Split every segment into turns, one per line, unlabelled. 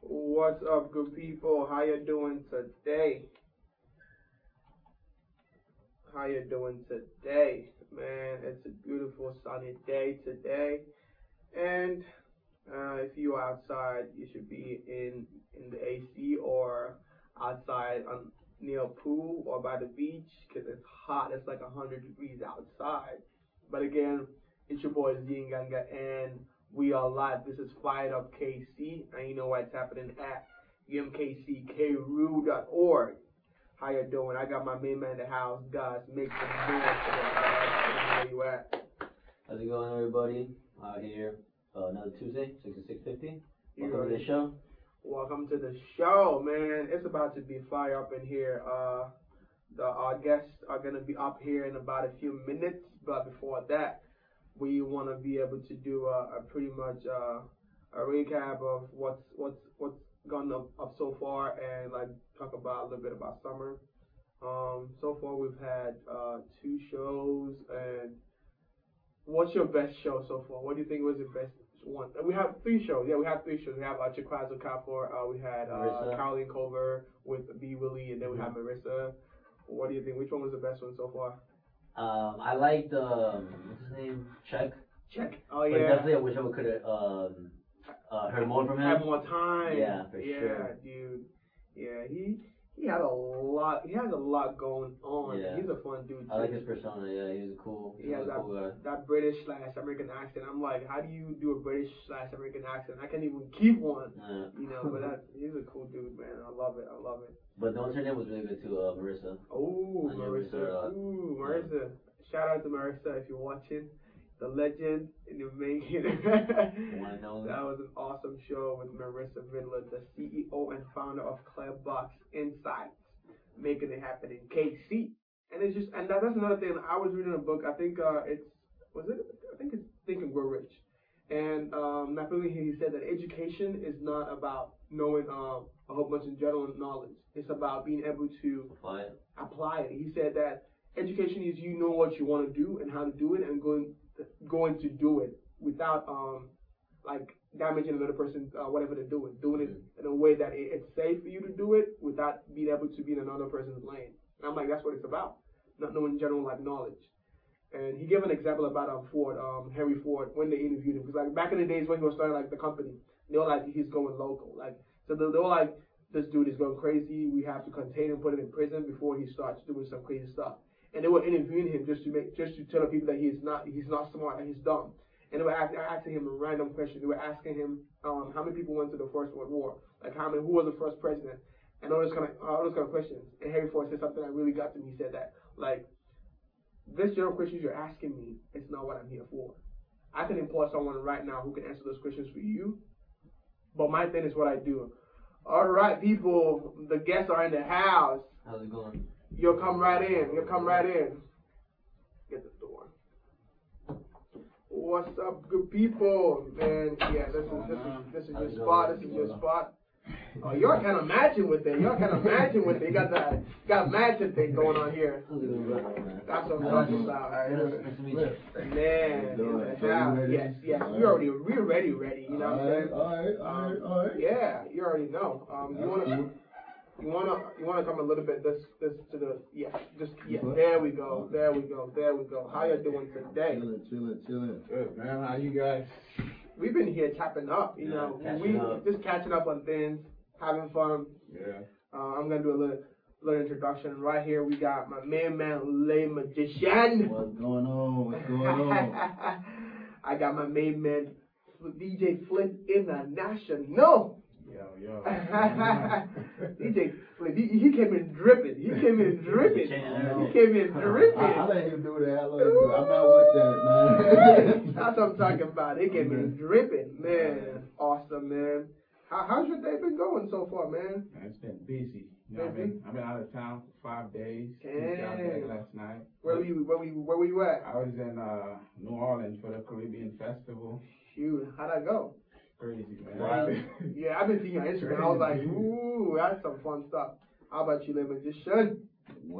What's up, good people? How you doing today? How you doing today, man? It's a beautiful sunny day today, and uh, if you are outside, you should be in in the AC or outside on near a pool or by the beach because it's hot. It's like hundred degrees outside. But again, it's your boy Zinganga, and we are live. This is Fired Up KC, and you know what's happening at umkckru.org. How you doing? I got my main man in the house, guys. Make some noise for that, guys. Where you at?
How's it going, everybody? Out here uh, another Tuesday, six to six fifty.
You
Welcome to
already-
the show.
Welcome to the show, man. It's about to be fire up in here. Uh, the our guests are gonna be up here in about a few minutes, but before that, we want to be able to do a, a pretty much uh, a recap of what's what's what's gone up, up so far, and like talk about a little bit about summer. Um, so far we've had uh, two shows, and what's your best show so far? What do you think was your best? One. We have three shows. Yeah, we have three shows. We have uh, Chikwazo Kapoor. Uh, we had uh,
Marissa.
Caroline Culver with B Willie, and then we have Marissa. What do you think? Which one was the best one so far?
Um, I liked um, what's his name, Chuck.
Check. Oh
but
yeah.
definitely, I wish I would could have um, uh, heard more from
have
him.
more time.
Yeah, for
yeah,
sure.
dude. Yeah, he he had a lot. He has a lot going on.
Yeah.
He's a fun dude. Too.
I like his persona. Yeah, he was a cool. He
Yeah,
was a
that-
cool guy.
that British slash American accent. I'm like, how do you do a British slash American accent? I can't even keep one.
Yeah.
You know, but that, he's a cool dude, man. I love it. I love it.
But the one her name was really good too, uh, Marissa.
Oh,
I know Marissa a
Marissa.
lot.
Ooh, Marissa. Shout out to Marissa if you're watching. The legend in the making.
One and only.
That was an awesome show with Marissa Vidler, the CEO and founder of Clearbox Insights, making it happen in KC. And it's just, and that, that's another thing. I was reading a book. I think uh, it's was it? I think it's Think and Grow Rich. And um, Napoleon Hill, he said that education is not about knowing uh, a whole bunch of general knowledge. It's about being able to
Apply it.
apply it. He said that education is you know what you want to do and how to do it and going going to do it without um like damaging another person uh, whatever they're doing, doing it in a way that it, it's safe for you to do it without being able to be in another person's lane. And I'm like that's what it's about, not knowing general like knowledge. And he gave an example about um, Ford, um, Henry Ford, when they interviewed him. Because like back in the days when he was starting like the company, they were like he's going local. Like so they, they were like this dude is going crazy. We have to contain him, put him in prison before he starts doing some crazy stuff. And they were interviewing him just to make, just to tell the people that he's not, he's not smart and he's dumb. And they were ask, asking him a random question. They were asking him um, how many people went to the First World War, like how many, who was the first president, and all those kind of all those kind of questions. And Harry Ford said something that really got to me. He said that like this general questions you're asking me, it's not what I'm here for. I can employ someone right now who can answer those questions for you. But my thing is what I do. All right, people, the guests are in the house.
How's it going?
You'll come right in. You'll come right in. Get the door. What's up, good people? Man, yeah, this is this is this is your spot. This is your spot. Oh, y'all kind of matching with it. Y'all kind of matching with it. You got that got matching thing going on here.
How's it going, brother? man?
That's what I'm
Nice-
talking about.
Nice nice to meet you.
Man, in
Doing it.
the
Are you
house.
ready?
Yes, yes.
All
We
right.
already we ready, ready. You know what I'm saying? Um,
Alright, alright, alright, alright.
Yeah, you already know. Um, you
That's
wanna
cool.
You wanna you wanna come a little bit this this to the yeah just yeah
What?
there we go there we go there we go how you doing today
Chillin', chillin', chillin'.
Good man, how you guys?
we've been here tapping up you
Yeah,
know
catching
we
up.
just catching up on things having fun
Yeah.
uh, I'm gonna do a little little introduction right here we got my main man lay magician
What's going on? What's going on?
I got my main man DJ Flint International.
Yo, yo.
DJ, Flip, he, he came in dripping. He came in dripping. He came in
I, I
dripping.
let him do that. I let him do it. I'm not with that, man.
That's what I'm talking about. He came in dripping, man. Awesome, man. How, how's your day been going so far, man?
Man, it's been busy. You know, I've been I've been out of town for five days. Just got back
Damn.
last night.
Where were you? Where were you? Where were you at?
I was in uh, New Orleans for the Caribbean Festival.
Shoot, how'd I go?
Crazy man.
Wow.
Yeah, I've been seeing your Instagram. I was like, ooh, that's some fun stuff. How about you, Lemon? Just shut.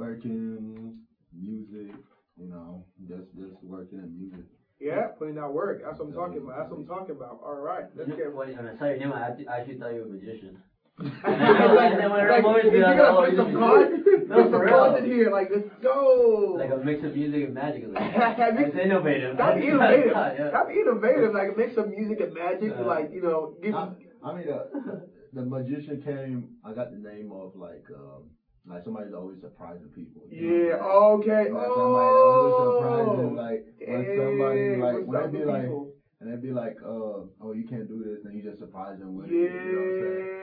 Working, music, you know, just just working and music.
Yeah, putting out work. That's what I'm talking about. That's what I'm talking about. All right,
You
let's
know,
get
When when I saw your name, I, I actually thought you were a magician. then when our boys
if
do
you're
that,
gonna
oh,
put
you
some
should-
cards,
No,
put some
for real.
cards in here. Like, let's go.
Like a mix of music and magic. It's
Have you-
like- it's innovative.
That's
Yeah,
innovative.
yeah.
That's innovative. Like make some music and magic.
Yeah.
like you know, give
I, I mean, uh, the magician came. I got the name of like um, like somebody's always surprising people. you know,
yeah.
like-
Okay.
like somebody
Oh.
always surprising, like when somebody
Hey,
like
what's
when
up
it be
with
like
people?
and it'd be like, uh, oh, you can't do this, and you just surprise them with it.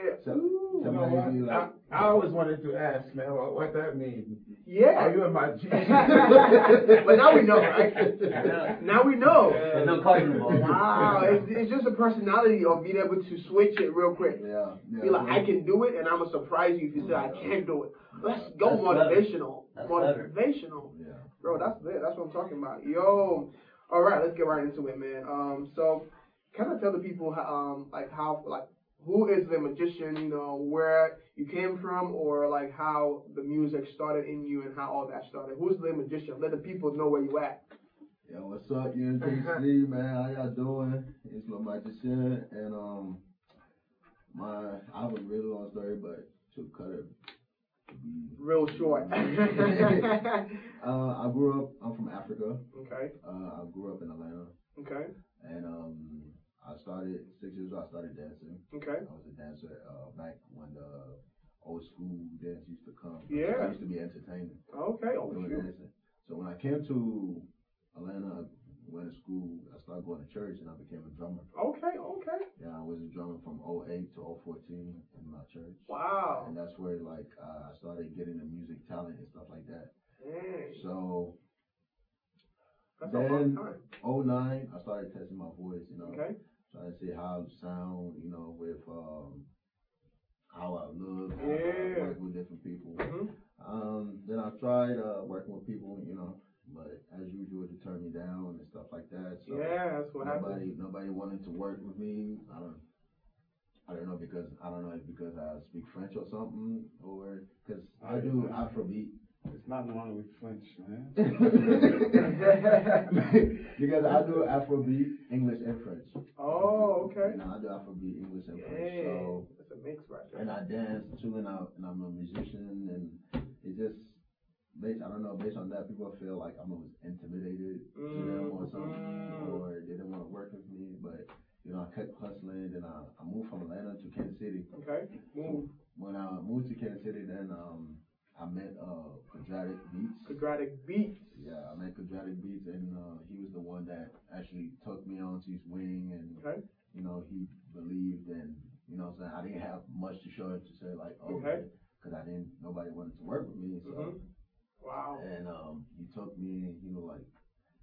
yeah.
You know what I'm saying?
Ooh.
So,
You know
somebody
what?
be
I,
like,
I always wanted to ask, man, what, what that means. Are
yeah.
you in my G?
but now we know, right?
Yeah.
Now we know.
There's no cards involved.
Wow, it's, it's just the personality of being able to switch it real quick.
yeah, yeah.
Be like, I can do it, and I'm gonna surprise you if you say I can't do it. Let's go
That's clever.
motivational,
That's clever.
motivational.
Yeah.
Bro, that's it. That's what I'm talking about. Yo, all right, let's get right into it, man. Um, so kind of tell the people, how, um, like how, like who is the magician? You know, where you came from, or like how the music started in you and how all that started. Who's the magician? Let the people know where you at.
Yo, what's up, UNTC, man? How y'all doing? It's Lil Magician, and um, my I have a really long story, but to cut it, mm,
Real short. okay.
uh, I grew up. I'm from Africa. Uh, I grew up in Atlanta,
Okay.
and um, I started six years. old, I started dancing.
Okay.
I was a dancer uh, back when the old school dance used to come.
Yeah.
I used to be entertaining.
Okay. Oh
doing
shoot.
dancing. So when I came to Atlanta, I went to school. I started going to church, and I became a drummer.
Okay. Okay.
Yeah, I was a drummer from 08 to 014 in my church.
Wow.
And that's where like uh, I started getting the music talent and stuff like that.
Dang.
So
That's a long
Then-
time.
09, I started testing my voice. You know,
Okay.
trying to see how I sound. You know, with um, how I look. how
Yeah.
I work with different people.
hmm
Um, then I tried uh, working with people. You know, but as usual, they turned me down and stuff like that. So
Yeah, that's what happened.
Nobody, nobody wanted to work with me. I don't, I don't know because I don't know if because I speak French or something or because I do Afrobeat.
It's not wrong with French, man.
because I do Afrobeat, English and French.
Oh, okay.
You know, I do Afrobeat, English and French.
Yeah,
So
that's a mix right there.
and I dance too, and I and I'm a musician, and it just based. I don't know. Based on that, people feel like I'm always intimidated to them or something,
Mm.
or they didn't want to work with me. But you know, I kept hustling, and I, I moved from Atlanta to Kansas City.
Okay. Move.
When I moved to Kansas City, then um, I met uh Quadratic Beats.
Quadratic beats.
Yeah, I met Quadratic Beats, and uh, he was the one that actually took me onto his wing, and
Okay.
you know, he believed and you know what I'm saying, I didn't have much to show him to say like, oh,
Okay.
because I didn't, nobody wanted to work with me, so,
Mhm. Wow.
and um, he took me and he was like,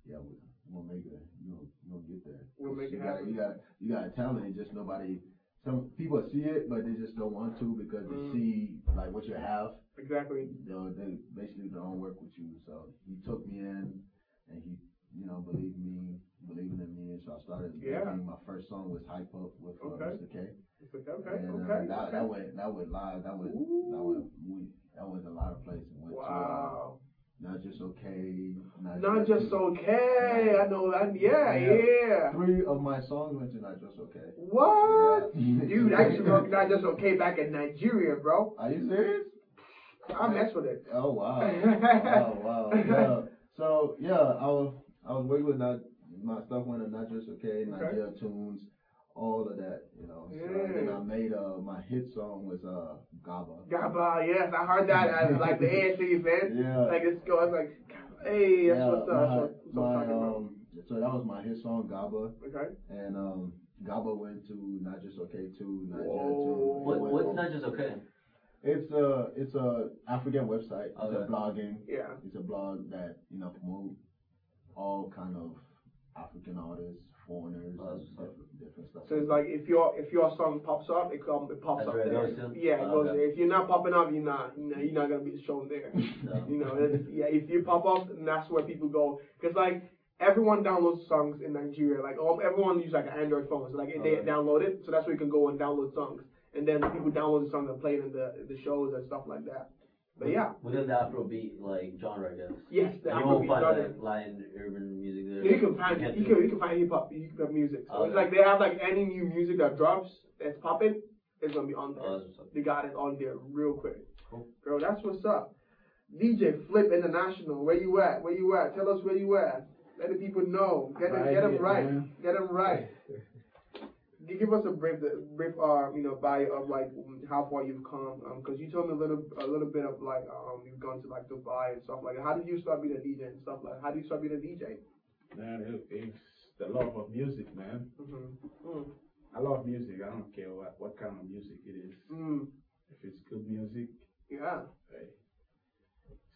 yeah, we, we'll make it, you know, you'll get there.
We'll make
you
it
got,
happen.
You got, you got talent, it's just nobody, some people see it, but they just don't want to because
Mm.
they see like what you have,
Exactly.
they they basically don't work with you, so he took me in and he, you know, believed me, believing in me, and so I started
Yeah.
making- my first song was Hype Up with uh,
Okay.
Mr. K.
It's like, okay.
And, uh,
okay.
that,
okay.
that went that went live. That went that
Ooh.
went uh, we, that went a lot of places. Went
Wow.
To, uh, not just okay. Not,
Not just okay. I know that. Yeah,
Yeah.
yeah.
Three of my songs went to not just okay.
What?
Yeah.
Dude, I used to rock Not Just Okay back in Nigeria, bro.
Are you serious?
I mess with it.
Oh wow. wow wow. Yeah. So yeah, I was I was working with not my stuff went to not just okay. Nigeria tunes. All of that, you know. So, and then
Yeah.
I made uh my hit song was uh Gaba.
Gaba, yes, I heard that as like the ASC fan.
Yeah.
Like, it's go. I was like, hey, that's
yeah,
what's up.
my-
That's what I'm
my, uh,
talking about.
um, so that was my hit song Gaba,
Okay.
and um, Gaba went to not just okay two, not
Whoa.
two.
What, what's not just okay?
It's a it's a African website. It's a
Okay.
blogging.
Yeah.
It's a blog that you know promote all kind of African artists, foreigners,
Oh,
and
that's
stuff, different stuff.
So it's like if your if your song pops up, it come it pops
That's
up
where it
there.
goes to?
Yeah, it
Oh,
goes
okay.
there. If you're not popping up, you're not you know, you're not gonna be shown there.
No.
you know, it- yeah. If you pop up, then that's where people go. Cause like everyone downloads songs in Nigeria. Like all, everyone uses like an Android phone, so like they
Okay.
download it. So that's where you can go and download songs, and then people download the songs and play it in the the shows and stuff like that. But yeah,
Within the Afrobeat like genre, I guess.
yes, the
you won't
Afrobeat
find
genre.
like Latin urban music there.
You can find
can't
you
do-
can you can find hip hop hip hop music. So it's
Okay.
like they have like any new music that drops that's popping, It's gonna be on there.
Oh, that's what's up.
They got it on there real quick.
Cool.
Bro, that's what's up. DJ Flip International, where you at? Where you at? Tell us where you at. Let the people know. Get them,
Right
get them
here,
right.
man.
Get them right. You give us a brief, brief, uh, you know, bio of like how far you've come. Um, cause you told me a little, a little bit of like, um, you've gone to like Dubai and stuff like. that. How did you start being a DJ and stuff like? How did you start being a DJ?
Man, it, it's the love of music, man.
Mm-hmm. Mm.
I love music. I don't care what, what kind of music it is.
Mm.
If it's good music,
Yeah.
hey.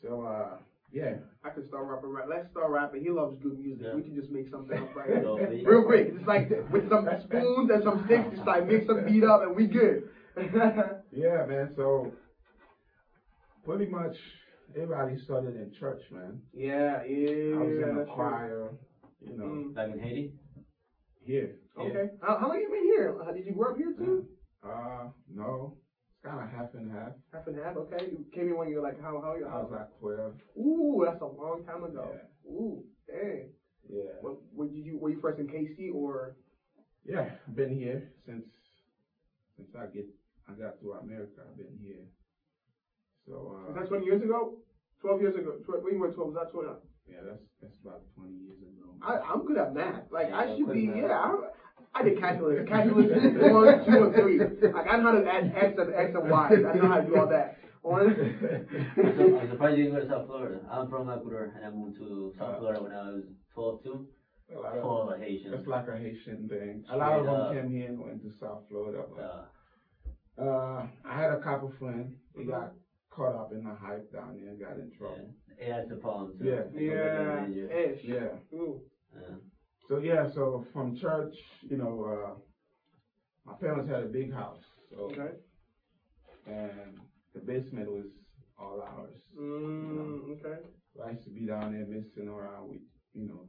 So, uh, yeah.
I could start rapping right. Let's start rapping. He loves good music.
Yeah.
We can just make something up right
Yo,
now.
see?
Real quick. It's like with some spoons and some sticks, just like mix some beat up and we good.
Yeah, man. So, pretty much everybody started in church, man.
yeah, yeah.
I was in the
that's true.
choir, you know,
Mm.
Back in Haiti?
here.
Okay. How, how long you been here? Uh, did you grow up here too?
Uh, no. It's kind of half and half.
Half and half, okay. You came here when you were like, how, how you?
Mm-hmm. I was like 12.
Ooh, that's a long time ago.
Yeah.
Ooh, dang.
Yeah.
What, what did you, were you first in KC or?
Yeah, I've been here since since I get I got to America. I've been here. So uh,
That's 20 years ago? 12 years ago. Tw- when you were 12, was that 20?
yeah, that's that's about 20 years ago.
I, I'm good at math. Like I
Yeah,
should
good
be.
at math.
Yeah, I, I did calculus. Calculus one, two, and three. Like I know how to add x and x and y. I know how to do all that.
I'm sur- I'm
One.
surprised you didn't go to South Florida. I'm from Ecuador and I moved to South
Uh,
Florida when I was 12 too.
a lot of,
Full of Haitians.
that's like a Haitian thing. A lot of
Straight
them
up.
came here and went to South Florida. But,
Uh,
uh, I had a couple friends. They got caught up in the hype down there and got in trouble.
yeah, that's the problem too.
Yeah.
They go back
yeah.
and manage it.
Ish.
Yeah.
Ooh.
Yeah.
So yeah, so from church, you know, uh, my parents had a big house. So
Okay.
and the basement was all ours.
Mm, okay.
So I used to be down there messing around with, you know,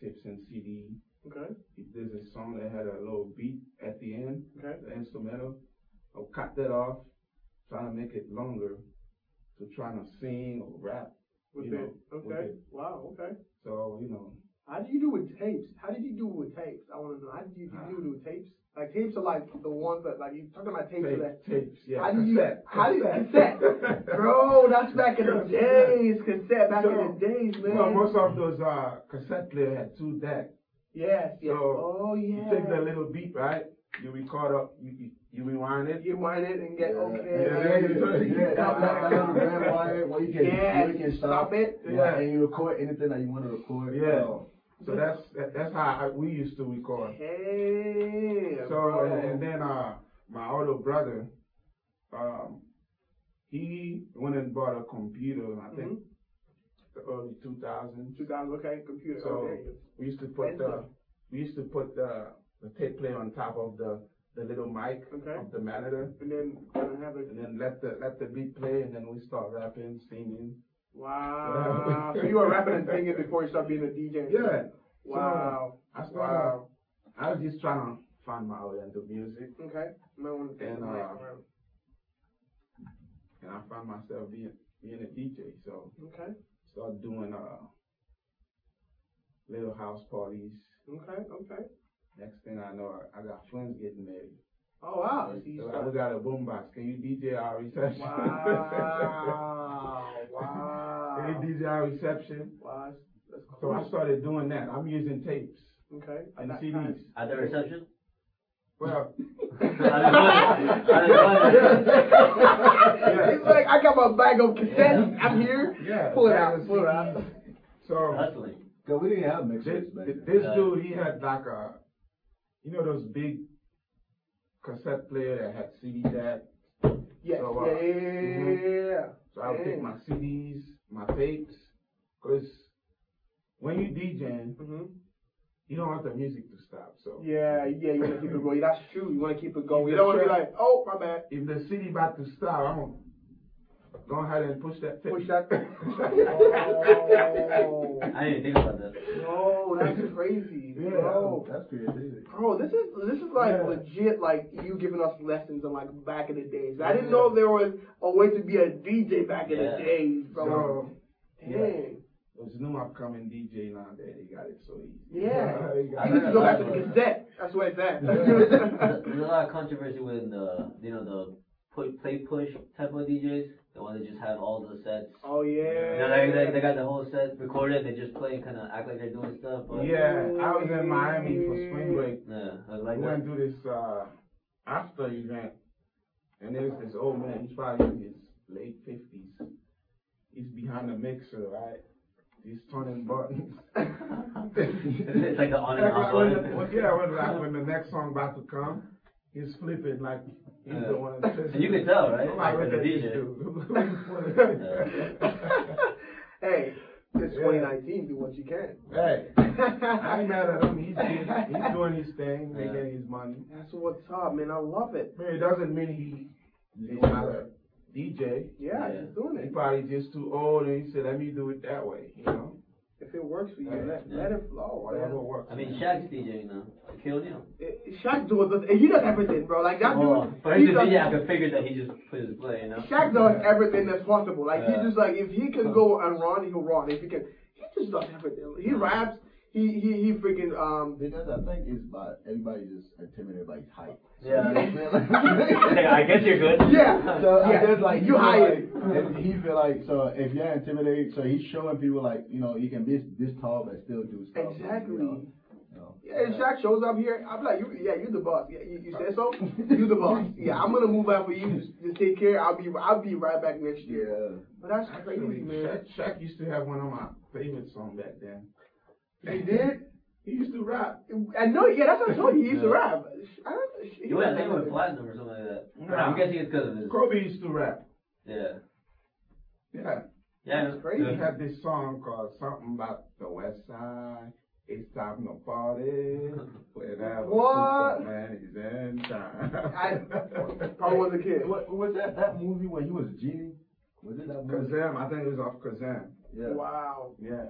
tips and CD.
Okay.
If there's a song that had a little beat at the end,
Okay.
the instrumental, I'll cut that off, trying to make it longer to trying to sing or rap.
With
You know,
it. Okay.
with it.
Wow. Okay.
So, you know,
How do you do with tapes? How did you do with tapes? I want to know. How did you, did you do with tapes? Like tapes are like the ones that like you talking about tapes are that
tapes, tapes, yeah.
How do you-
cassette,
how do you-
cassette.
Bro, that's back in the
Cassette.
days. Cassette back in the days, man.
So most of those uh, cassette player had two decks.
Yes, yes.
So,
oh, yeah.
You take that little beat, right? You record up, you, you, you rewind it,
You wind it and get okay.
Yeah,
like,
yeah, yeah, yeah.
Stop that.
Well, you can,
Yes,
you can
stop
stop
it.
Yeah.
Yeah, and you record anything that you want to record.
Yeah.
So,
So that's that, that's how I, we used to record.
Hey.
So
bro.
and, and then uh my older brother, um, he went and bought a computer.
Mm-hmm.
I think the early two thousands.
Two guys, okay, computer.
So-
oh, there you
We used to put the we used to put the the tape player on top of the the little mic
Okay.
of the monitor,
go. And then gonna have it.
and then let the let the beat play, and then we start rapping, singing.
Wow.
Yeah.
so you were rapping and singing before you started being a DJ.
Yeah,
Wow.
I started.
wow.
I was just trying to find my way into music,
Okay. Might want to take
And,
the
uh,
mic around.
and I found myself being being a DJ. So.
Okay.
start doing uh little house parties.
Okay. Okay.
Next thing I know, I, I got friends getting married.
Oh wow.
So
So you
I- we
started-
got a boombox. Can you DJ our reception?
Wow. wow.
Can you DJ our reception?
Wow. That's, that's
So
cool.
I started doing that. I'm using tapes
Okay.
and
That
CDs.
kind.
At the reception?
Well,
it's like I got my bag of cassettes.
Yeah.
I'm here.
yeah.
Pull it
yeah,
out,
the
pull it
CDs.
out.
So
Hustling.
cause we didn't have
this,
mixtapes back
th-
then.
this
Yeah.
dude, he had like a, you know, those big cassette player that had CD jack.
Yes.
So, uh,
yeah. Mm-hmm.
So I would take my CDs, my tapes, because when you DJing,
Mhm.
you don't want the music to stop. So
Yeah, yeah, you wanna keep it going. That's true. You wanna keep it going. You
Keep
don't
the
wanna be
track.
like, oh my bad.
if the CD about to stop, I'm gonna go ahead and push that tape.
Push that.
Oh.
oh,
I didn't think about that.
no, that's crazy,
Yeah.
bro.
Oh, That's creativity.
Bro, this is this is like
Yeah.
legit. Like you giving us lessons on like back in the days. I didn't
Yeah.
know there was a way to be a DJ back in
Yeah.
um, the days, bro.
So
Dang.
There's no upcoming DJ now that they got it so easy.
Yeah.
They got
You need to
it.
go back to the Gazette. That's where it's
There's
at.
a lot of controversy with the, you know, the pu- play push type of DJs. The one that just have all the sets.
oh yeah.
You know, they, they, they got the whole set recorded. They just play and kind of act like they're doing stuff. But
Yeah, I was in Miami for spring break.
Yeah, I was
We
like
went
that.
through this uh, after event, and there's this old man. He's probably in his late fifties. He's behind the mixer, right? He's turning buttons.
it's like the on and
Like,
off
like, when the-
button.
when- yeah, when, like when the next song about to come, he's flipping like he's the
Yeah.
one.
And you can tell, right?
I'm
Like,
like, look
the
at this
DJ.
dude.
hey, it's
Yeah.
2019. Do what you can.
Hey, I'm mad at him. He's, he's doing his thing, making his money.
That's what's up, man. I love it.
But it doesn't mean he is not a DJ.
Yeah,
Yeah.
just doing
He
it.
probably just too old and he said, let me do it that way, you know?
If it works for you,
Yeah.
let, let it flow. man.
Whatever works.
I mean, Shaq's DJing now. Shaquille O'Neal.
Eh, Shaq does it. He does everything, bro. Like that
Oh,
dude.
but
he
he's a
does-
DJ. I could figure that he just put his play, you know?
Shaq does everything that's possible. Like
Yeah.
he just like if he can go and run, he'll run. If he can, he just does everything. He raps. He he he freaking um.
Because I think it's by everybody just intimidated by his height.
Yeah.
You know what I'm saying?
Hey, I guess you're good.
Yeah.
So
Yeah,
I guess like
you
he feel
hired.
like- if he feel like so if you're intimidated, so he's showing people like you know he can be this tall but still do stuff. like, you
Exactly.
know, you know.
Yeah, if Shaq shows up here, I'm like, you, yeah, you the boss. Yeah, you, you said so. You the boss. Yeah, I'm gonna move out for you. Just, just take care. I'll be I'll be right back next year.
Yeah.
But that's crazy,
Actually,
man.
Shaq, Shaq used to have one of my favorite songs back then.
He did.
He used to rap.
I know. Yeah, that's what I told you. He used to
Yeah.
rap. I don't. He
You would
does
have think with
everything.
platinum or something like that. But
Nah.
I'm guessing it's because of his.
Kobe used to rap.
Yeah.
Yeah.
Yeah.
That's crazy.
He had this song called something about the West Side. It's time to party. Whatever.
What?
Man, it's in time. Oh,
I probably was a kid.
What, was that that movie when he was genie? Was it that movie?
Kazam, I think it was off Kazam.
Yeah.
Wow.
Yeah.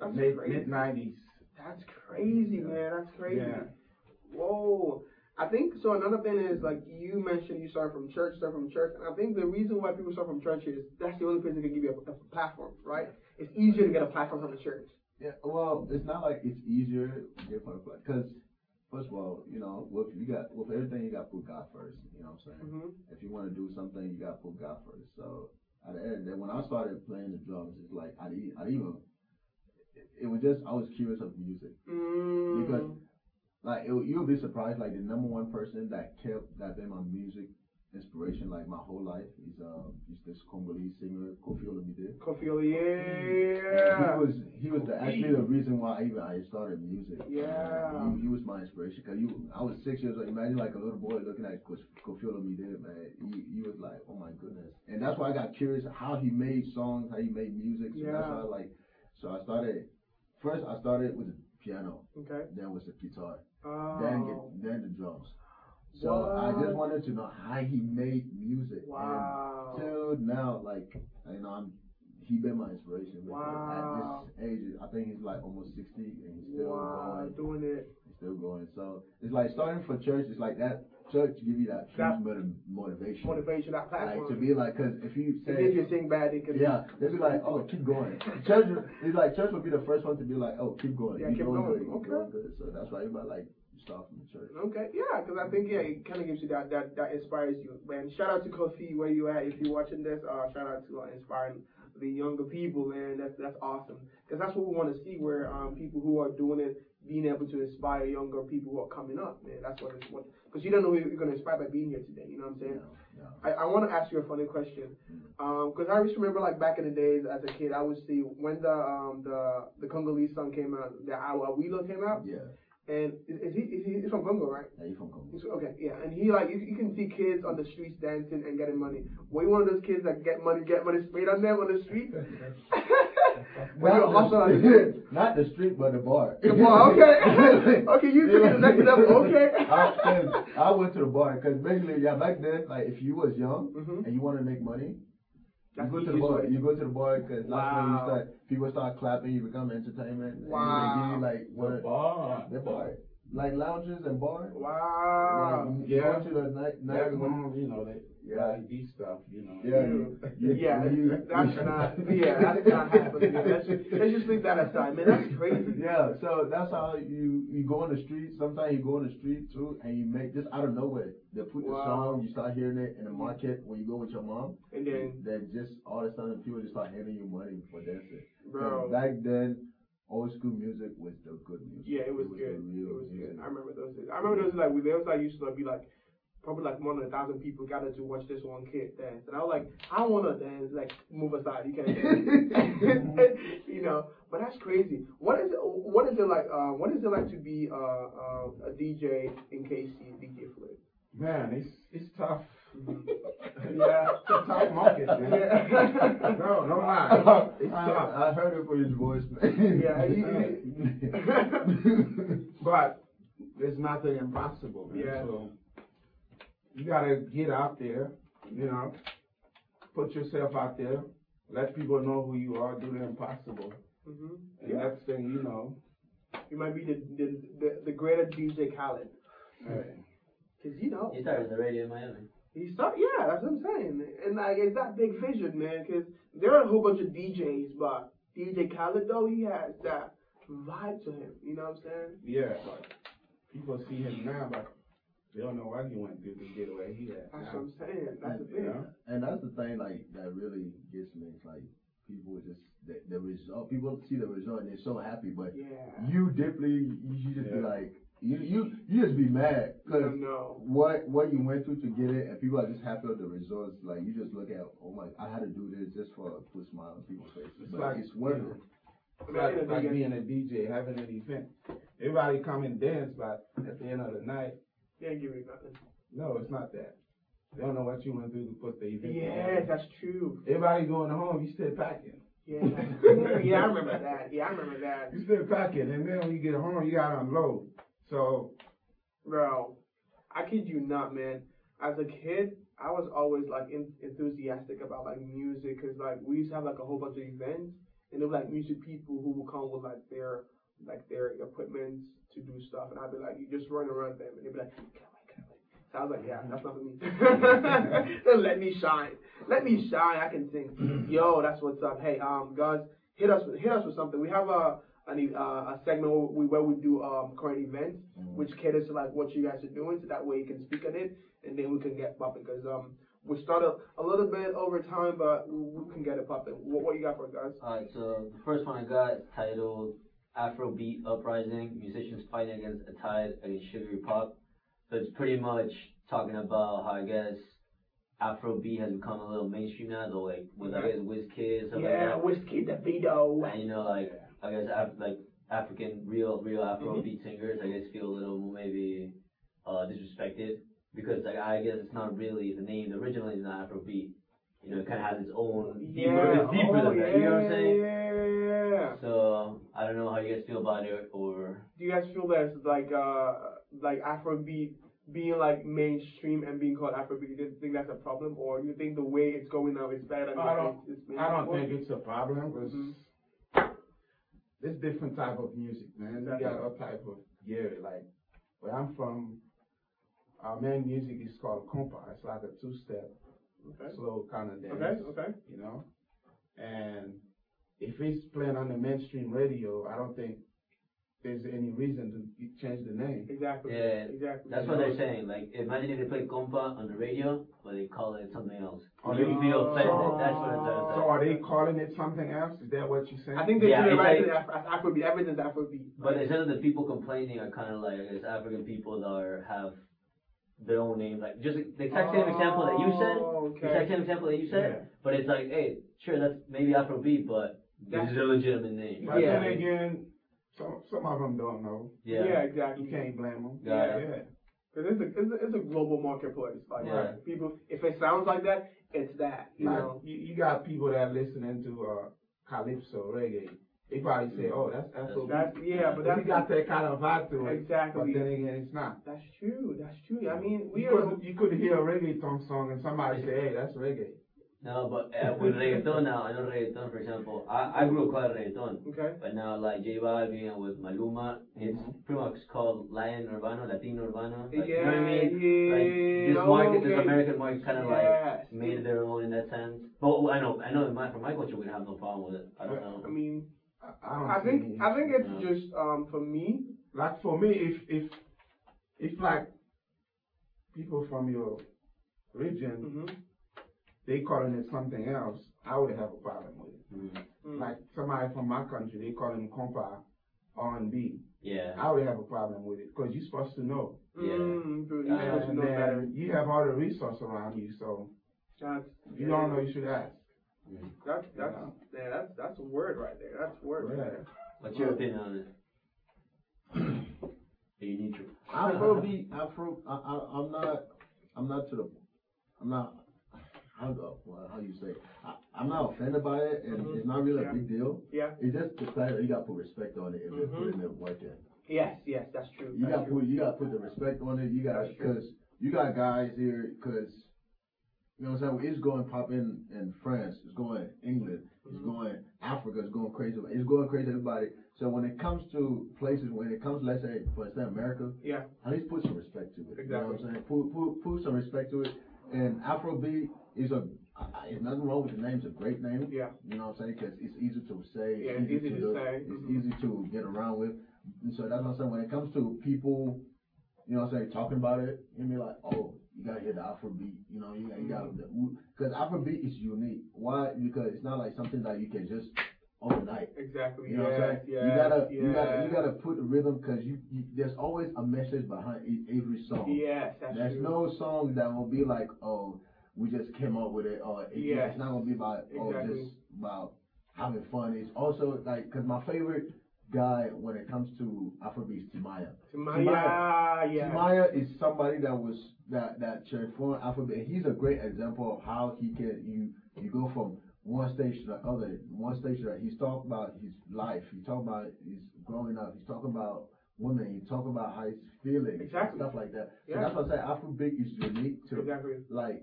That's
Mid
crazy.
mid nineties.
That's crazy, man. That's crazy.
Yeah.
Whoa. I think so. Another thing is like you mentioned, you start from church, start from church, and I think the reason why people start from church is that's the only place that can give you a, a platform, right? It's easier to get a platform from the church.
Yeah, well, it's not like it's easier to get from the because first of all, you know, with you got with everything you got to put God first. You know what I'm saying?
Mm-hmm.
If you want to do something, you got to put God first. So at the end of the day, when I started playing the drums, it's like I didn't, I didn't even. it- It was just I was curious of music.
Mm.
Because- Like it, you'll be surprised. Like the number one person that kept that been my music inspiration like my whole life is um is this Congolese singer Kofi Olomide.
Kofi Oluyere.
He was he was the, actually the reason why I even I started music.
Yeah.
He, he was my inspiration because you I was six years old. Imagine like a little boy looking at Kof- Kofi Olomide, man. He, he was like, oh my goodness, and that's why I got curious how he made songs, how he made music. So that's
Yeah.
why I like. So I started first. I started with the piano,
Okay.
then was the guitar, then
Oh.
get, then the drums. So I just
What?
wanted to know how he made music. and
Wow.
Till now, like you know, I'm he been my inspiration. But
Wow.
At this age, I think he's like almost sixty and he's still
Wow.
going.
Doing it.
He's still going. So it's like starting for church. It's like that church give you that huge
That-
motiv- motivation.
Motivation. That platform.
Like to be like, cause if you
Even if
say.
you sing bad, it can.
Yeah, they'd be like, oh, keep going. Church, it's like church will be the first one to be like, oh, keep going.
Yeah,
You're
keep going.
good. You're
Okay.
doing good. So uh, that's why everybody like start from the church.
Okay, yeah, because I think yeah, it kind of gives you that that that inspires you. Man, shout out to Kofi where you at. If you're watching this, uh, shout out to uh, inspiring the younger people, and that's that's awesome because that's what we want to see where um people who are doing it being able to inspire younger people who are coming up. Man, that's what it's what because you don't know who you're gonna inspire by being here today. You know what I'm saying?
Yeah, yeah.
I, I want to ask you a funny question, because I just remember like back in the days as a kid, I would see when the um the the Congolese song came out, the Awa Wilo came out,
Yeah,
and is, is he is he he's from Congo, right?
yeah, you from Congo.
He's- Okay, yeah, and he like you, you can see kids on the streets dancing and getting money. Were you one of those kids that get money, get money sprayed on them on the street? Were you a hustler as a kid?
Not the street, but the bar.
The bar, okay. Okay, you took it to the next level, okay.
I, 'cause I went to the bar because basically, yeah, back then, like if you was young
Mhm.
and you want to make money,
That's
you
the
go to the
easiest
bar.
way.
You go to the bar because that's when you
Wow.
start. People start clapping. You become entertainment. and
Wow.
They give you like
The
what
bar.
the bar. like lounges and bars.
Wow.
Like,
yeah.
Go to the night, night
That's normal, you know, like,
Yeah.
like these stuff, you know.
Yeah.
Yeah, that's not. Yeah, that's not happening. Yeah, let's, just, let's just leave that aside, man. That's crazy.
Yeah, so that's how you you go on the street. Sometimes you go on the street too, and you make just out of nowhere. They put the
Wow.
song, you start hearing it in the market when you go with your mom.
And then,
then just all of a sudden people just start handing you money for dancing.
bro.
And back then, old school music was the good music.
Yeah, it was
the
good.
real
It was
music.
good. I remember those days. I remember those like we- there was like used to like, be like probably like more than a thousand people gathered to watch this one kid dance, and I was like, I want to dance. Like move aside, you can't dance. you know, but that's crazy. What is it, what is it like? Uh, what is it like to be uh, uh, a DJ in KC, DJ Flip?
Man, it's it's tough.
Mm-hmm. Yeah.
It's a tough market,
Yeah.
man. no, no
Uh-huh.
lie. It's tough.
I, I heard it for his voice, man.
Yeah,
But there's nothing impossible, man.
Yeah.
So you gotta get out there, you know, put yourself out there, let people know who you are, do the impossible.
hmm
And
Yeah.
next thing you know,
You might be the the, the, the greater DJ Khaled,
hey,
cause you know.
He started already in Miami.
He start, yeah, that's what I'm saying. And like, it's that big vision, man, because there are a whole bunch of DJs, but DJ Khaled, though, he has that vibe to him. You know what I'm saying?
yeah, but people see him now, but they don't know what he went through to get where he at.
That's
now.
what I'm saying. That's the
You
thing.
know?
and that's the thing, like that really gets me. It's like people just the, the result. People see the result and they're so happy, but
Yeah.
you deeply, you just be
Yeah.
like, you you you just be
I
mad because
don't know.
what what you went through to get it, and people are just happy with the results. Like you just look at, oh my, I had to do this just for a put smile on people's faces.
It's
but
like-
it's worth it.
I mean,
It's
at
like,
the end
it's
of the day,
like being a DJ, having an event. Everybody come and dance, but at the end of the night,
they didn't give me nothing.
no, it's not that. They don't know what you went through to put the event
Yeah,
together.
that's true.
Everybody going home, you still packing.
Yeah. yeah, I remember that. Yeah, I remember that.
You still packing, and then when you get home, you gotta unload. So
Bro, I kid you not, man. As a kid, I was always like en- enthusiastic about like music because like we used to have like a whole bunch of events and there were like music people who would come with like their like their equipment to do stuff and I'd be like, you just run around them and they'd be like, "Get away, get away." so I was like, yeah, that's not for me. Then let me shine, let me shine. I can sing. Yo, that's what's up. Hey, um, guys, hit us with hit us with something. We have a an, e- uh, a segment where we where we do um current events which caters to like what you guys are doing, so that way you can speak on it, and then we can get popping. Because um, we started a little bit over time, but we we can get it popping. What, what you got for us, guys?
Alright, so the first one I got is titled Afrobeat Uprising Musicians Fighting Against a Tide Against Sugary Pop. So it's pretty much talking about how I guess Afrobeat has become a little mainstream now, though, like with I
Okay.
guess WizKid and stuff
Yeah,
like
Whiskey DeVito.
that. And you know, like I guess Af- like African real real
Mm-hmm.
Afrobeat singers, I guess feel a little more maybe uh, disrespected because like I guess it's not really the name originally is not Afrobeat. You know, it kind of has its own
Yeah.
deeper, it's deeper
oh,
than
yeah,
that. You know what I'm saying?
Yeah.
So I don't know how you guys feel about it, or
Do you guys feel that it's like uh like Afrobeat being like mainstream and being called Afrobeat? Do you think that's a problem, or you think the way it's going now is better than
I
what
don't-
it's, it's been
I don't
before?
think it's a problem. because
Mhm.
There's different type of music, man. You got all type of yeah, like where I'm from, our main music is called compa. It's like a two step
Okay.
slow kind of dance.
Okay. Okay.
you know. And if it's playing on the mainstream radio, I don't think there's any reason to g- change the name.
Exactly.
Yeah,
Exactly.
that's what they're saying. Like imagine if they play compa on the radio, but they call it something else.
Oh,
you
yeah.
feel offended.
Oh.
That's what it's
So
all about.
are they calling it something else? Is that what you're saying?
I think they
Yeah,
should
it's
write it
like-
as Afrobeat. Everything's Afrobeat.
But instead of the people complaining are kind of like I guess African people that are, have their own name, like just the exact same example that you said,
Oh, Okay.
the exact same example that you said. But it's like, hey, sure, that's maybe Afrobeat, but this
That's-
is a legitimate name.
But
Yeah.
then again, some some of them don't know.
Yeah,
yeah,
exactly.
You can't blame them.
Got
it. Because it's a, it's, a, it's a global marketplace. Like,
Yeah.
people, if it sounds like that, it's that. You
Like,
know?
you, you got people that listening to uh, calypso reggae. They probably say, "Oh, that's Afrobeat."
That's, yeah, but
but
that's
you got that kind of vibe to it.
exactly.
But then again, it's not.
that's true. That's true. I mean, we
you
are.
could you could hear a reggaeton song and somebody say, "Hey, that's reggae."
No, but uh, with reggaeton now, I know reggaeton, for example, I, I grew up calling it reggaeton,
Okay.
but now like J Balvin and with Maluma, it's
Mm-hmm.
pretty much called Latin Urbano, Latino Urbano. Like, you know what I mean? Like
yeah,
this market, this
okay.
American market, kind of like
Yes.
made their own in that sense. But I know, I know, in my, for my culture, we don't have no problem with it. I don't
I
know.
mean,
I, I don't
I
see
think
it.
I think it's
Yeah.
just um for me.
like for me, if if if like people from your region
hmm
they calling it something else, I would have a problem with it.
Mm,
mm-hmm.
Like somebody from my country, they call him compa R and B.
yeah,
I would have a problem with it because you're supposed to know.
Mm, dude, you're
Yeah,
supposed to
And
know better.
then you have all the resource around you, so
That's
if you don't know, you should ask.
That's that's yeah, that's that's a word right there. That's a word right there.
what's your opinion on it? Do you need to-
Afrobeat, Afro. I, I, I'm not. I'm not to the. I'm not. How go? Well, how you say? It? I, I'm not offended by it, and
Mhm.
it's not really
Yeah.
a big deal.
Yeah.
It's just the fact that you got to put respect on it if you're putting it work in.
Yes, yes, that's true.
You
that's
got to
true.
put. You got to put the respect on it. You got
That's true.
because you got guys here because. You know what I'm saying? It's going pop in in France. It's going England. It's
Mhm.
going Africa. It's going crazy. It's going crazy. Everybody. So when it comes to places, when it comes, let's say, for instance, America,
Yeah.
at least put some respect to it. You know
Exactly.
what I'm saying? Put, put, put some respect to it. And Afrobeat is a, I- I- there's nothing wrong with the name. It's a great name.
Yeah.
You know what I'm saying? Because it's easy to say.
Yeah, it's easy to
look,
say.
It's
Mhm.
easy to get around with. And so that's what I'm saying. When it comes to people, you know what I'm saying, talking about it, you be like, oh, you gotta hear the Afrobeat. You know, you got you gotta,
Mm-hmm.
because Afrobeat is unique. Why? Because it's not like something that you can just overnight.
Exactly.
You know what I'm
yes,
saying?
yes,
you gotta,
yes.
you gotta, you gotta put the rhythm because you, you, there's always a message behind each, every song.
Yes, that's
there's
true.
no song that will be like, oh, we just came up with it, or it,
Yes.
it's not gonna be about, oh,
Exactly.
just about having fun. It's also like, because my favorite guy when it comes to Afrobeat is Timaya.
Timaya, ah, yes.
Timaya is somebody that was that that transformed Afrobeat. He's a great example of how he can you you go from one stage to the other, one stage to the He's talking about his life. He's talking about his growing up. He's talking about women. He's talking about how he's feeling and
Exactly.
stuff like that. So
Yeah.
that's what I'm saying. Afrobeat is unique to
Exactly.
like.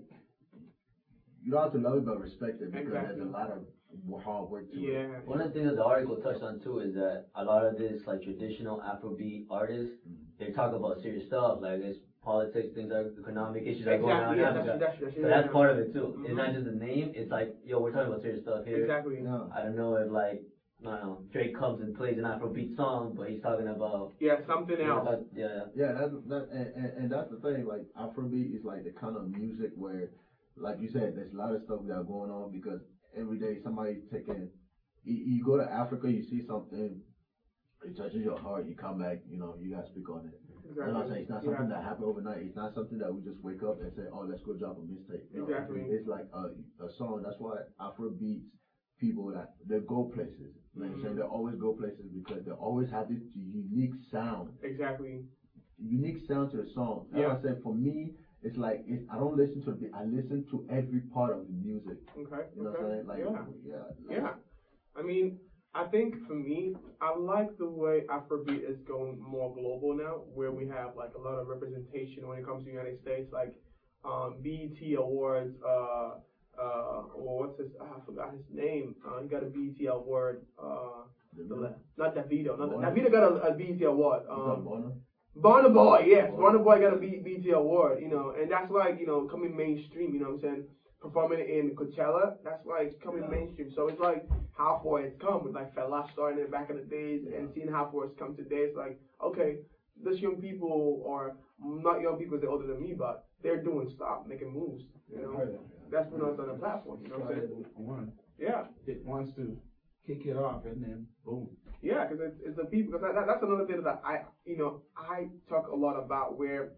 You don't have to love it, but respect it because
Exactly.
there's a lot of w- hard work to it.
Yeah.
One of the things that the article touched on too is that a lot of this like traditional Afrobeat artists,
Mm-hmm.
they talk about serious stuff like it's politics, things like economic issues that are going on
Exactly.
in
Yeah,
Africa.
that's, that's, that's,
So
yeah,
that's
yeah.
part of it too.
Mhm.
It's not just the name. It's like, yo, we're talking about serious stuff here.
Exactly.
Yeah.
I don't know if like, I don't know, Drake comes and plays an Afrobeat song, but he's talking about.
Yeah, something else.
Yeah.
Yeah, that's that, and, and, and that's the thing. Like Afrobeat is like the kind of music where, like you said, there's a lot of stuff that are going on because every day somebody's taking. You, you go to Africa, you see something, it touches your heart. You come back, you know, you gotta speak on it. You know what I'm saying?
Exactly.
It's not
yeah.
something that happened overnight. It's not something that we just wake up and say, "Oh, let's go drop a mistake."
Exactly.
It's like a, a song. That's why Afrobeat people that they go places. You know what I'm
Mm-hmm.
saying? They always go places because they always have this unique sound
Exactly.
unique sound to the song. That's
Yeah.
what I said for me, it's like it, I don't listen to the I listen to every part of the music.
Okay.
You know
okay.
what I'm saying? Like
yeah.
yeah. like-
Yeah. I mean, I think for me, I like the way Afrobeat is going more global now, where we have like a lot of representation when it comes to the United States, like um, BET Awards, uh, uh, or what's his, ah, I forgot his name. Uh, he got a BET Award. Uh,
The
the
music.
le- not Davido. Not
Warner.
Davido got a, a BET Award.
You got
Um,
Bono?
Burna Boy, yes,
Warner.
Burna Boy got a B- BET Award, you know, and that's like you know coming mainstream. You know what I'm saying? Performing in Coachella, that's like coming
Yeah.
mainstream. So it's like how far it's come with like Fela starting it back in the days, and
Yeah.
seeing how far it's come today. It's like okay, this young people or not young people, 'cause they're older than me, but they're doing stuff, making moves. You know, that's when I was on the platform. You know what I'm saying?
One
Yeah,
that wants to kick it off and then boom.
Yeah, because it's, it's the people. Because that, that, that's another thing that I, you know, I talk a lot about where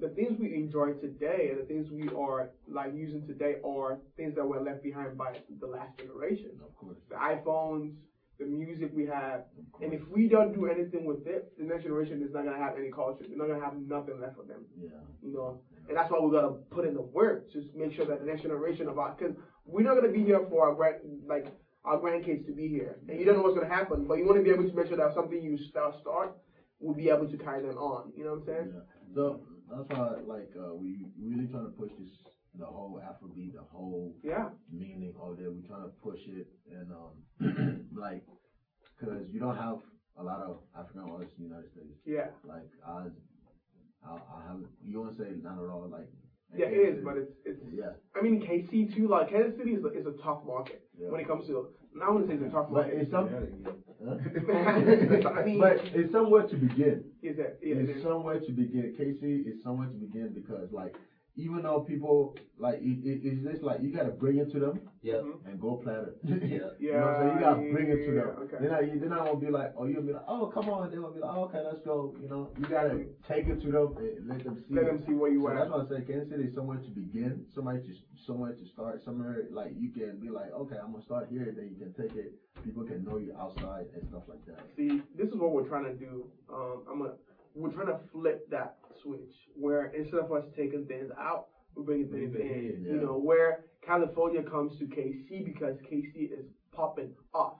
the things we enjoy today and the things we are like using today are things that were left behind by the last generation.
Of course.
The iPhones, the music we have,
Of course.
and if we don't do anything with it, the next generation is not gonna have any culture. They're not gonna have nothing left for them.
yeah.
You know, and that's why we gotta put in the work to make sure that the next generation of our, because we're not gonna be here for our grand, like our grandkids to be here, and you don't know what's gonna happen, but you want to be able to make sure that something you start start will be able to carry them on. You know what I'm
yeah.
saying?
So that's why like uh, we really trying to push this the whole Afrobeat, the whole
Yeah.
meaning of it. We're trying to push it and um like because you don't have a lot of African artists in the United States.
Yeah.
Like I, I, I have you want to say not at all like
Yeah, it is, but it's it's.
yeah
I mean, KC too. Like Kansas City is a, is a tough market
yeah.
when it comes to. I wouldn't say it's a tough
but
market.
it's some, huh?
I mean-
but it's somewhere to begin.
Is that yeah? it
It's
is.
somewhere to begin. KC is somewhere to begin because like even though people like it, it, it's just like you gotta bring it to them
Yep.
Mm-hmm.
and go platter.
Yeah.
Yeah.
You know what I'm saying? You gotta bring it to
yeah,
them.
Okay.
They're not, they're not gonna be like, oh, you'll be like, oh, come on. They're gonna be like, oh, okay, let's go. You know, you gotta take it to them and let them see.
Let
it.
them see where you
So
at.
that's why I say Kansas City is somewhere to begin, somewhere to somewhere to start, somewhere like you can be like, okay, I'm gonna start here, then you can take it. People can know you outside and stuff like that.
See, this is what we're trying to do. Um, I'm a, we're trying to flip that switch where instead of us taking things out, we're bringing things
Bring it
in.
in,
You
yeah.
know, where California comes to KC because KC is popping off,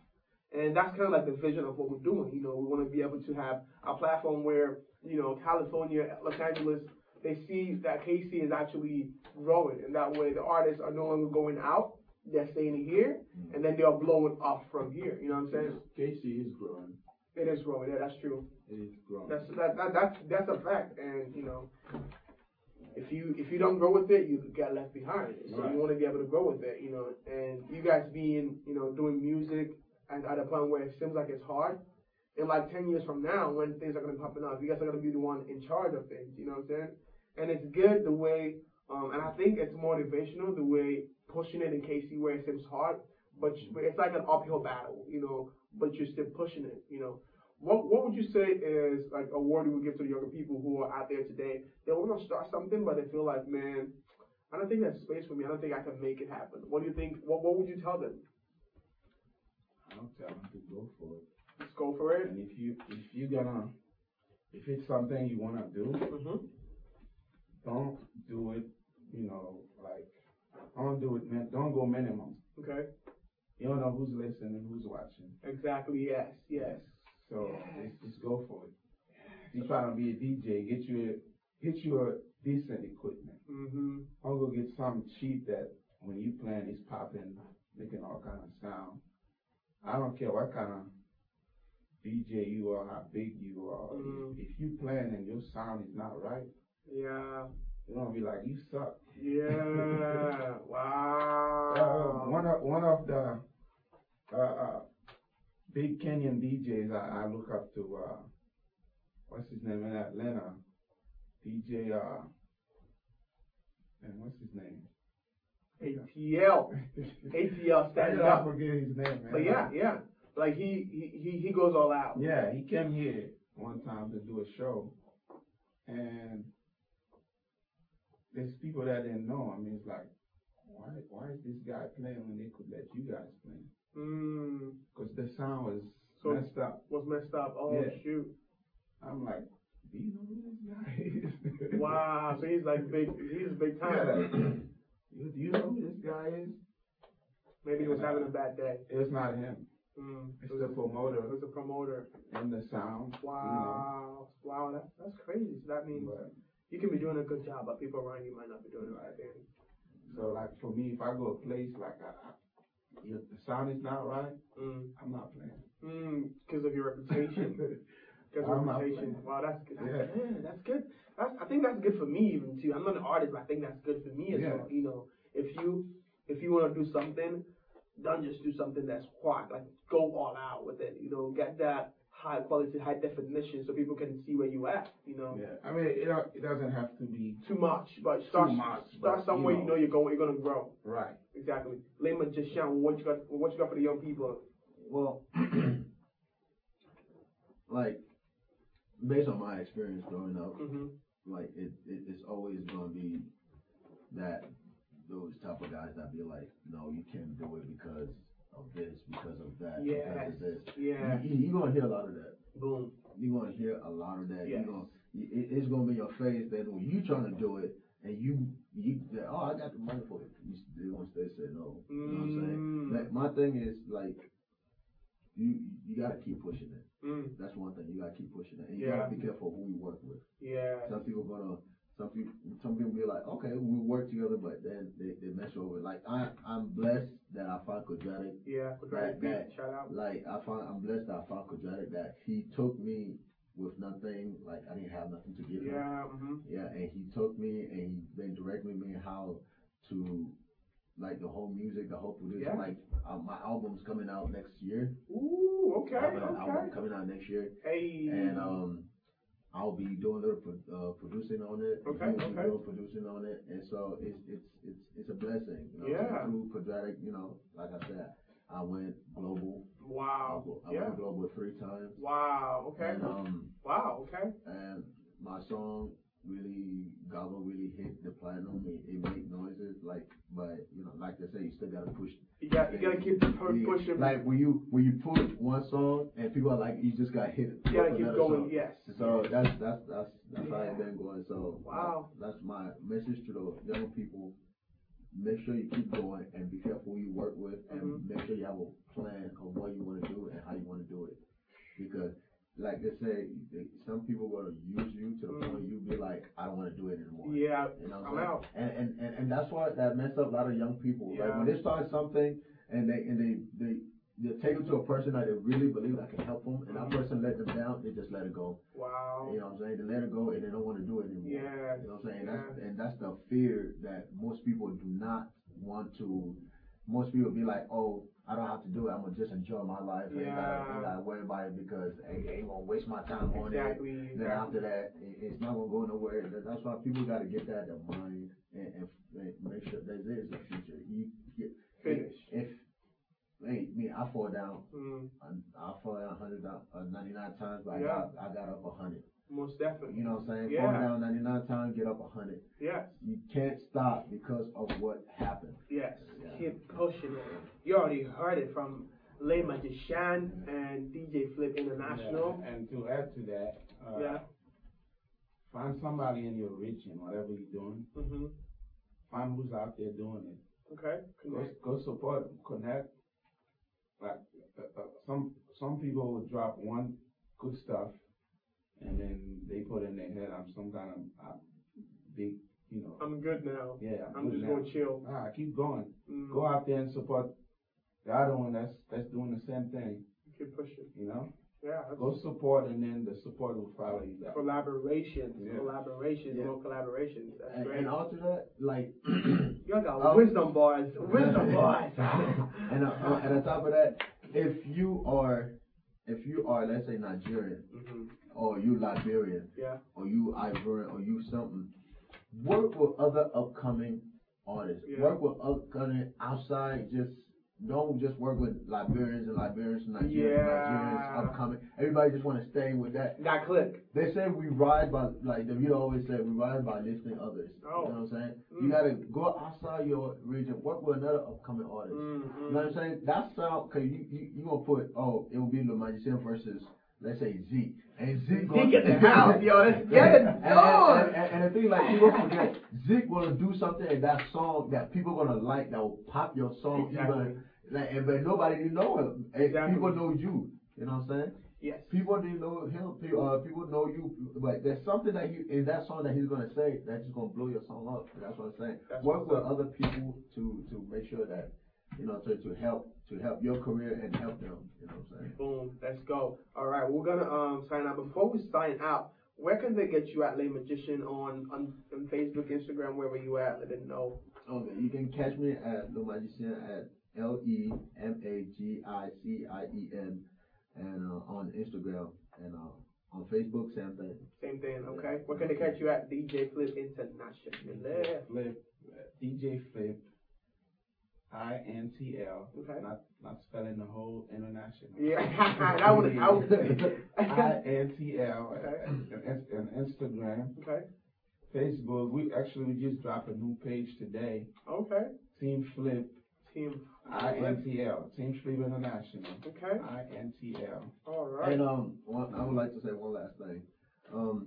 and that's kind of like the vision of what we're doing. You know, we want to be able to have a platform where you know California, Los Angeles, they see that KC is actually growing, and that way the artists are no longer going out. They're staying here, and then they are blowing off from here. You know what I'm saying?
Casey is growing.
It is wrong. Yeah, that's true.
It is growing.
That's that, that that's that's a fact. And you know, if you if you don't grow with it, you get left behind. So
Right.
you want to be able to grow with it, you know. And you guys being you know doing music and at a point where it seems like it's hard. In like ten years from now, when things are gonna be popping up, you guys are gonna be the one in charge of things. You know what I'm saying? And it's good the way, um, and I think it's motivational the way pushing it in KC where it seems hard, but you- but it's like an uphill battle, you know. But you're still pushing it, you know. What What would you say is like a word you would give to the younger people who are out there today? They want to start something, but they feel like, man, I don't think there's space for me. I don't think I can make it happen. What do you think? What What would you tell them?
I'm telling you to go for it.
Just go for it.
And if you if you gonna if it's something you wanna do,
Mm-hmm.
don't do it. You know, like don't do it. Man, don't go minimum.
Okay.
You don't know who's listening, who's watching.
Exactly. Yes. Yes.
So
Yes.
just, just go for it. If you trying to be a DJ, get you a, get you a decent equipment.
Mm-hmm.
I'll go get something cheap that when you playing is popping, making all kind of sound. I don't care what kind of DJ you are, how big you are.
Mhm.
If, if you playing and your sound is not right,
Yeah.
you're gonna be like, you suck.
Yeah.
Uh,
wow.
one of one of the uh, uh, big Kenyan DJs I, I look up to. Uh, what's his name in Atlanta? DJ. Uh, and what's his name?
ATL. ATL
Why
stand
did I
up.
forget his name, man?
But yeah, yeah. Like he he he, he goes all out.
Yeah, he came here one time to do a show, and there's people that didn't know. I mean, it's like, why why is this guy playing when they could let you guys play?
Mm,
Because the sound was
So-
messed up.
was messed up. Oh
Yeah.
shoot.
I'm like, do you know who this guy is?
Wow. So he's like big. He's big time.
Yeah. You, do you know who this guy is?
Maybe he was having a bad day.
It's not him.
Mm.
It's the
It
promoter
was a promoter.
and the sound.
Wow. Wow. That's that's crazy. So that
You
means
know, but,
you can be doing a good job, but people around you might not be doing the right thing.
so like for me, if I go a place like I, I, if the sound is not right,
Mm.
I'm not playing.
Mm. Because of your reputation. Because
I'm not
reputation.
playing.
Wow, that's good. That's,
Yeah.
yeah, that's good. That's, I think that's good for me even too. I'm not an artist, but I think that's good for me as
Yeah.
well. You know, if you if you want to do something, don't just do something that's quiet. Like go all out with it. You know, get that high quality, high definition, so people can see where you at. You know,
Yeah, I mean, it, don't- it doesn't have to be
too much, but start
much,
start
but,
somewhere
you
you know,
know.
you're going you're gonna grow.
right.
Exactly. Lay magician, what you got? What you got for the young people?
Well, like based on my experience growing up,
hmm
like it, it it's always gonna be that those type of guys that be like, no, you can't do it because of this, because of that, Mm. because
Yes.
of this.
Yeah.
You, you, you gonna hear a lot of that.
Boom.
You gonna hear a lot of that.
Yes.
You gonna it, it's gonna be your face that when you trying to do it and you you that, oh I got the money for it, you, s- they gonna stay say no. You know what I'm saying?
Mm.
Like my thing is like you you gotta keep pushing it.
Mm.
That's one thing you gotta keep pushing it, and you
Yeah.
gotta be careful who you work with.
Yeah.
Some people gonna, Some people, some people be like, okay, we work together, but then they, they mess you over. Like I, I'm blessed that I found Kojatic.
Yeah, Quadratic
That-
Beat,
that-
shout out.
Like I found, I'm blessed that I found Kojatic. That he took me with nothing. Like I didn't have nothing to give him.
Yeah, hmm
Yeah, and he took me and he, they directed me how to like the whole music, the whole production.
Yeah.
Like uh, my album's coming out next year.
mm-hmm. Ooh, okay,
I have an
okay. Mm-hmm.
album coming out next year,
Hey.
and um, I'll be doing a little pro- uh, producing on it.
Okay,
He'll be
okay.
doing producing on it, and so it's it's it's it's a blessing. You know, what I'm
Yeah.
saying? Through quadratic, you know, like I said, I went global.
wow.
I went
Yeah.
global three times.
Wow. Okay.
And, um,
wow. Okay.
and my song really Gobble really hit the platinum. It, it made noises like, but you know, like they say, you still gotta push.
You got. You gotta keep pu-
Yeah,
pushing.
Like when you when you push one song and people are like, you just got hit.
you gotta
with
keep
another
going.
song.
Yes.
So that's that's that's that's how
Yeah.
it's been going. So
Wow.
that- that's my message to the young people. Make sure you keep going and be careful who you work with, and
Mhm.
make sure you have a plan of what you want to do and how you want to do it. Because, like they say, they- some people gonna use you to the
Mm.
point you be like, I don't want to do it anymore.
yeah.
You know what
I'm
I'm saying?
out.
And, and, and, and that's why that messed up a lot of young people.
Yeah.
Like when they start something and they and they they they take it to a person that they really believe that can help them, and that
Mhm.
person let them down, they just let it go.
Wow.
You know what I'm saying? They let it go and they don't want to do it anymore.
Yeah.
You know what I'm saying? That's, and that's the fear that most people do not want to. Most people be like, oh, I don't have to do it. I'm gonna just enjoy my life. I ain't gotta, I
Yeah.
ain't gotta worry about it because I I ain't gonna waste my time on it.
Exactly.
And then
Exactly.
after that, it, it's not gonna go nowhere. That- That's why people gotta get that in mind and, and, and make sure that there's a future. You, you-
Finish.
If, hey, me, I fall down.
Mm,
I, I fall down 100, uh, 99 times, but
Yeah.
I, got, I got up 100.
most definitely.
You know what I'm saying?
Yeah.
Fall down 99 times, get up 100.
Yes.
You can't stop because of what happened.
Yes.
Yeah.
Keep pushing it. You already heard it from Lay Magician and DJ Flip International.
Yeah, And to add to that, uh,
Yeah.
find somebody in your region, whatever you're doing,
Mm-hmm.
find who's out there doing it.
Okay.
Go,
Connect.
go support 'em, connect. Like uh, uh, some some people will drop one good stuff, and then they put in their head, I'm some kind of uh, big, you know.
I'm good now.
yeah,
I'm
good
just
now.
gonna chill.
Nah, keep going.
Mm,
Go out there and support the other one that's that's doing the same thing.
keep pushing.
You know,
Yeah. that's-
go support, and then the support will follow you. back.
Collaborations,
Yeah.
collaborations,
Yeah.
more collaborations. That's
And,
great.
and after that, like,
Y'all got
Um,
wisdom bars, wisdom bars.
and uh, uh, and on top of that, if you are, if you are, let's say Nigerian,
Mhm.
or you Liberian,
Yeah.
or you Ivorian, or you something, work with other upcoming artists.
Yeah.
Work with upcoming outside. Just don't just work with Liberians and Liberians and Nigerians
Yeah.
and Nigerians upcoming. Everybody just want to stay with that.
That click.
They say we rise by like the you always say we rise by lifting others.
Oh.
You know what I'm saying?
Mm.
You gotta go outside your region, work with another upcoming artist. You know what I'm
Mm-hmm.
saying? That's how cause you you you gonna put oh it will be the magician versus let's say Zeke and Zeke gonna-
Zeke in the house, yo. Let's get
And-
it
and, and,
done.
and, and the thing like people forget Zeke gonna do something in that song that people gonna like that will pop your song
Exactly.
even like and, but nobody didn't know him. And
Exactly.
People know you. You know what I'm saying?
Yes.
People didn't know him. pe- Uh, people know you, but there's something that you in that song that he's gonna say that's just gonna blow your song up. That's what I'm saying.
That's
Work
what's
with other people to to make sure that you know to, to help to help your career and help them. You know what I'm saying?
Boom. Let's go. All right, we're gonna um sign out. Before we sign out, where can they get you at Lay Magician on on, on Facebook, Instagram, wherever you at? Let them know.
Okay, you can catch me at Le Magicien at L E M A G I C I E N and uh, on Instagram and uh, on Facebook same thing.
Same thing. Okay. Where can they catch you at? DJ Flip International.
Flip, uh, DJ Flip, I N T L.
Okay.
Not not spelling the whole international.
Yeah. that would. That
I
would.
N T L.
Okay.
And and Instagram,
okay.
Facebook. We actually we just dropped a new page today.
Okay.
Team Flip,
Team.
I N T L. Team Flip International,
Okay.
I N T L.
All right.
And um, one, I would like to say one last thing. Um,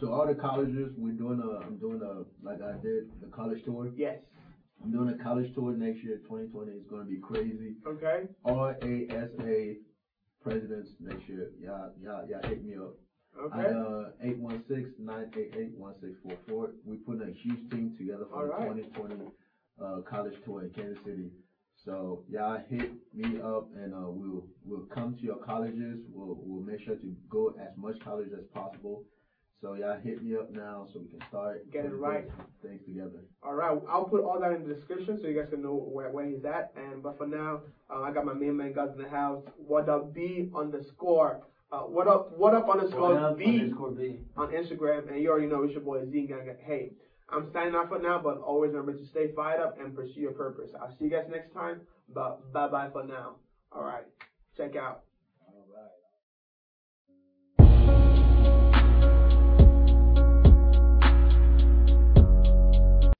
to all the colleges, we're doing a, I'm doing a, like I did the college tour.
yes.
I'm doing a college tour next year, 2020. It's gonna be crazy.
Okay.
RASA presidents next year. Yeah, yeah, yeah. Hit me up.
Okay.
At uh, 816-988-1644. We're putting a huge team together
All
for the
right.
2020 uh, college tour in Kansas City. So y'all hit me up and uh, we'll we'll come to your colleges. We'll we'll make sure to go as much college as possible. So y'all hit me up now so we can start
Get it
putting
right.
things together.
All right, I'll put all that in the description so you guys can know where, where he's at. And but for now, uh, I got my main man God's in the house. What up, B underscore? Uh, what up? What up underscore
What up,
B
underscore B.
on Instagram? And you already know it's your boy Z Gang. Hey, I'm signing off for now, but always remember to stay fired up and pursue your purpose. I'll see you guys next time. But bye bye for now. All right, check out.